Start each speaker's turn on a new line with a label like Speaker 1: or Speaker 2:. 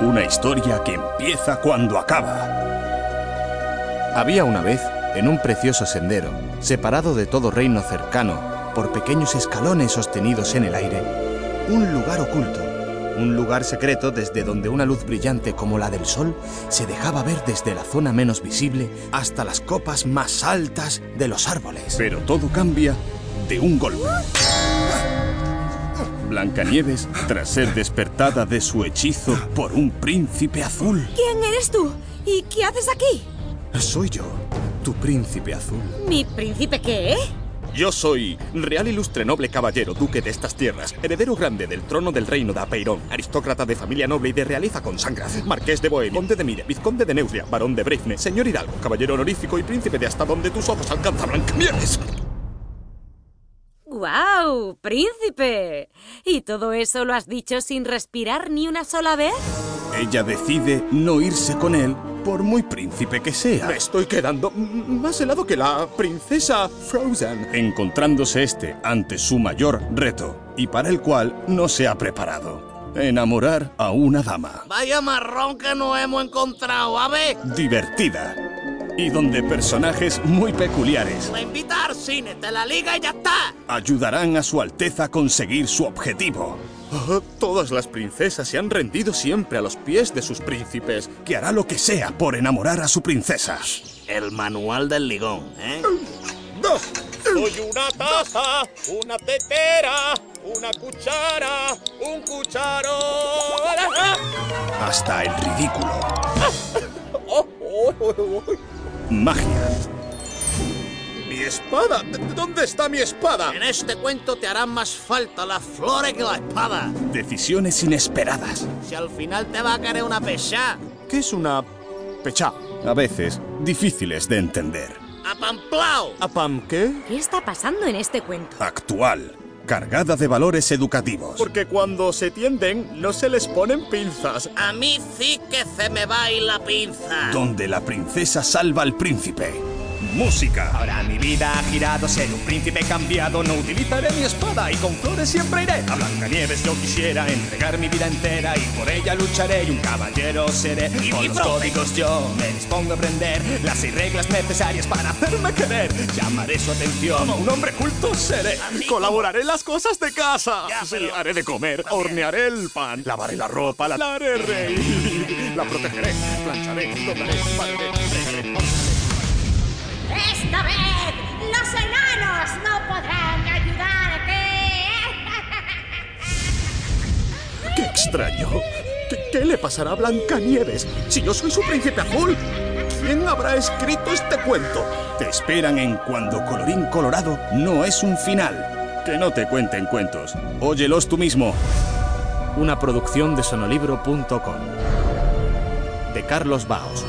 Speaker 1: una historia que empieza cuando acaba.
Speaker 2: Había una vez, en un precioso sendero, separado de todo reino cercano por pequeños escalones sostenidos en el aire, un lugar oculto, un lugar secreto desde donde una luz brillante como la del sol se dejaba ver desde la zona menos visible hasta las copas más altas de los árboles.
Speaker 1: Pero todo cambia de un golpe. Blancanieves, tras ser despertada de su hechizo por un príncipe azul,
Speaker 3: ¿Quién eres tú? ¿Y qué haces aquí?
Speaker 2: Soy yo, tu príncipe azul.
Speaker 3: ¿Mi príncipe qué?
Speaker 4: Yo soy Real Ilustre Noble Caballero, Duque de estas tierras, heredero grande del trono del reino de Apeiron, aristócrata de familia noble y de realeza con sangre, marqués de Bohemia, conde de Mire, vizconde de Neustria, varón de Breifne, señor Hidalgo, caballero honorífico y príncipe de hasta donde tus ojos alcanzan Blancanieves.
Speaker 3: ¡Guau! ¡Príncipe! ¿Y todo eso lo has dicho sin respirar ni una sola vez?
Speaker 1: ella decide no irse con él por muy príncipe que sea.
Speaker 4: Me estoy quedando mm, más helado que la princesa Frozen.
Speaker 1: encontrándose este ante su mayor reto y para el cual no se ha preparado, enamorar a una dama
Speaker 5: Vaya marrón que nos hemos encontrado, a ver.
Speaker 1: divertida y donde personajes muy peculiares
Speaker 5: La invita al cine, te la liga y ya está.
Speaker 1: ayudarán a su alteza a conseguir su objetivo,
Speaker 4: Ah, todas las princesas se han rendido siempre a los pies de sus príncipes.
Speaker 1: que hará lo que sea por enamorar a su princesa.
Speaker 5: El manual del ligón, ¿eh?
Speaker 6: Soy una taza, una tetera, una cuchara, un cucharón.
Speaker 1: Hasta el ridículo. Magia,
Speaker 4: ¡Mi espada! ¿Dónde está mi espada?
Speaker 5: En este cuento te harán más falta las flores que la espada.
Speaker 1: decisiones inesperadas.
Speaker 5: Si al final te va a caer una pesá.
Speaker 4: ¿Qué es una pecha?
Speaker 1: A veces difíciles de entender.
Speaker 5: ¡Apamplao!
Speaker 4: ¿Apam qué?
Speaker 3: ¿Qué está pasando en este cuento?
Speaker 1: Actual, cargada de valores educativos.
Speaker 4: Porque cuando se tienden no se les ponen pinzas.
Speaker 5: A mí sí que se me va a ir la pinza.
Speaker 1: donde la princesa salva al príncipe. Música,
Speaker 7: Ahora mi vida ha girado, ser un príncipe cambiado. No utilizaré mi espada y con flores siempre iré. A Blancanieves yo quisiera entregar mi vida entera y por ella lucharé y un caballero seré. Con los códigos yo me dispongo a aprender las seis reglas necesarias para hacerme querer. Llamaré su atención, un hombre culto seré.
Speaker 4: Colaboraré en las cosas de casa. Sí, haré de comer, hornearé el pan, lavaré la ropa, la, la haré reír, la protegeré, plancharé, doblaré, pararé, fregaré.
Speaker 8: Esta vez los enanos no podrán ayudarte.
Speaker 4: ¡Qué extraño! ¿Qué, qué le pasará a Blancanieves si yo soy su príncipe azul? ¿Quién habrá escrito este cuento?
Speaker 1: te esperan en Cuando Colorín Colorado no es un final. Que no te cuenten cuentos. Óyelos tú mismo.
Speaker 2: Una producción de sonolibro.com. De Carlos Baos.